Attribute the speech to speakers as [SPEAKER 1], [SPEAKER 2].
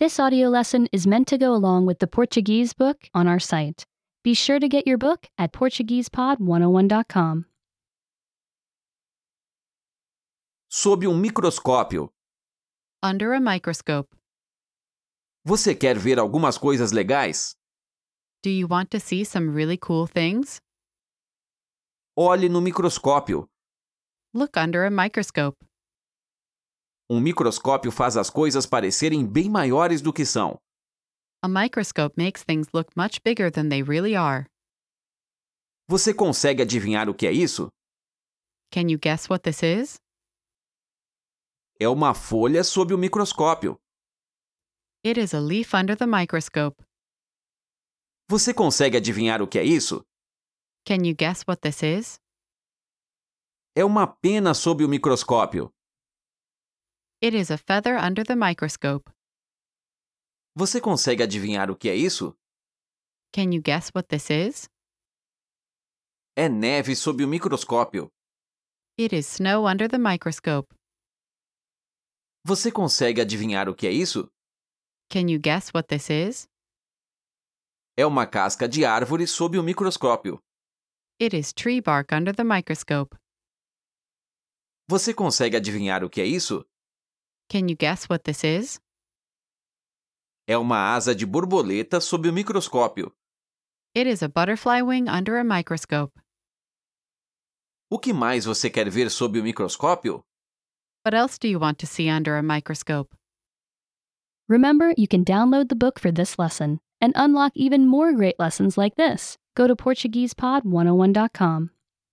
[SPEAKER 1] This audio lesson is meant to go along with the Portuguese book on our site. Be sure to get your book at PortuguesePod101.com.
[SPEAKER 2] Sob um microscópio.
[SPEAKER 3] Under a microscope.
[SPEAKER 2] Você quer ver algumas coisas legais?
[SPEAKER 3] Do you want to see some really cool things?
[SPEAKER 2] Olhe no microscópio.
[SPEAKER 3] Look under a microscope.
[SPEAKER 2] Um microscópio faz as coisas parecerem bem maiores do que são.
[SPEAKER 3] A microscope makes things look much bigger than they really are.
[SPEAKER 2] Você consegue adivinhar o que é isso?
[SPEAKER 3] Can you guess what this is?
[SPEAKER 2] É uma folha sob o microscópio.
[SPEAKER 3] It is a leaf under the microscope.
[SPEAKER 2] Você consegue adivinhar o que é isso?
[SPEAKER 3] Can you guess what this is?
[SPEAKER 2] É uma pena sob o microscópio.
[SPEAKER 3] It is a feather under the microscope.
[SPEAKER 2] Você consegue adivinhar o que é isso?
[SPEAKER 3] Can you guess what this is?
[SPEAKER 2] É neve sob o microscópio.
[SPEAKER 3] It is snow under the microscope.
[SPEAKER 2] Você consegue adivinhar o que é isso?
[SPEAKER 3] Can you guess what this is?
[SPEAKER 2] É uma casca de árvore sob o microscópio.
[SPEAKER 3] It is tree bark under the microscope.
[SPEAKER 2] Você consegue adivinhar o que é isso?
[SPEAKER 3] Can you guess what this is?
[SPEAKER 2] É uma asa de borboleta sob o microscópio.
[SPEAKER 3] It is a butterfly wing under a microscope.
[SPEAKER 2] O que mais você quer ver sob o microscópio?
[SPEAKER 3] What else do you want to see under a microscope?
[SPEAKER 1] Remember, you can download the book for this oh lesson and unlock even more great lessons like this. Go to PortuguesePod101.com.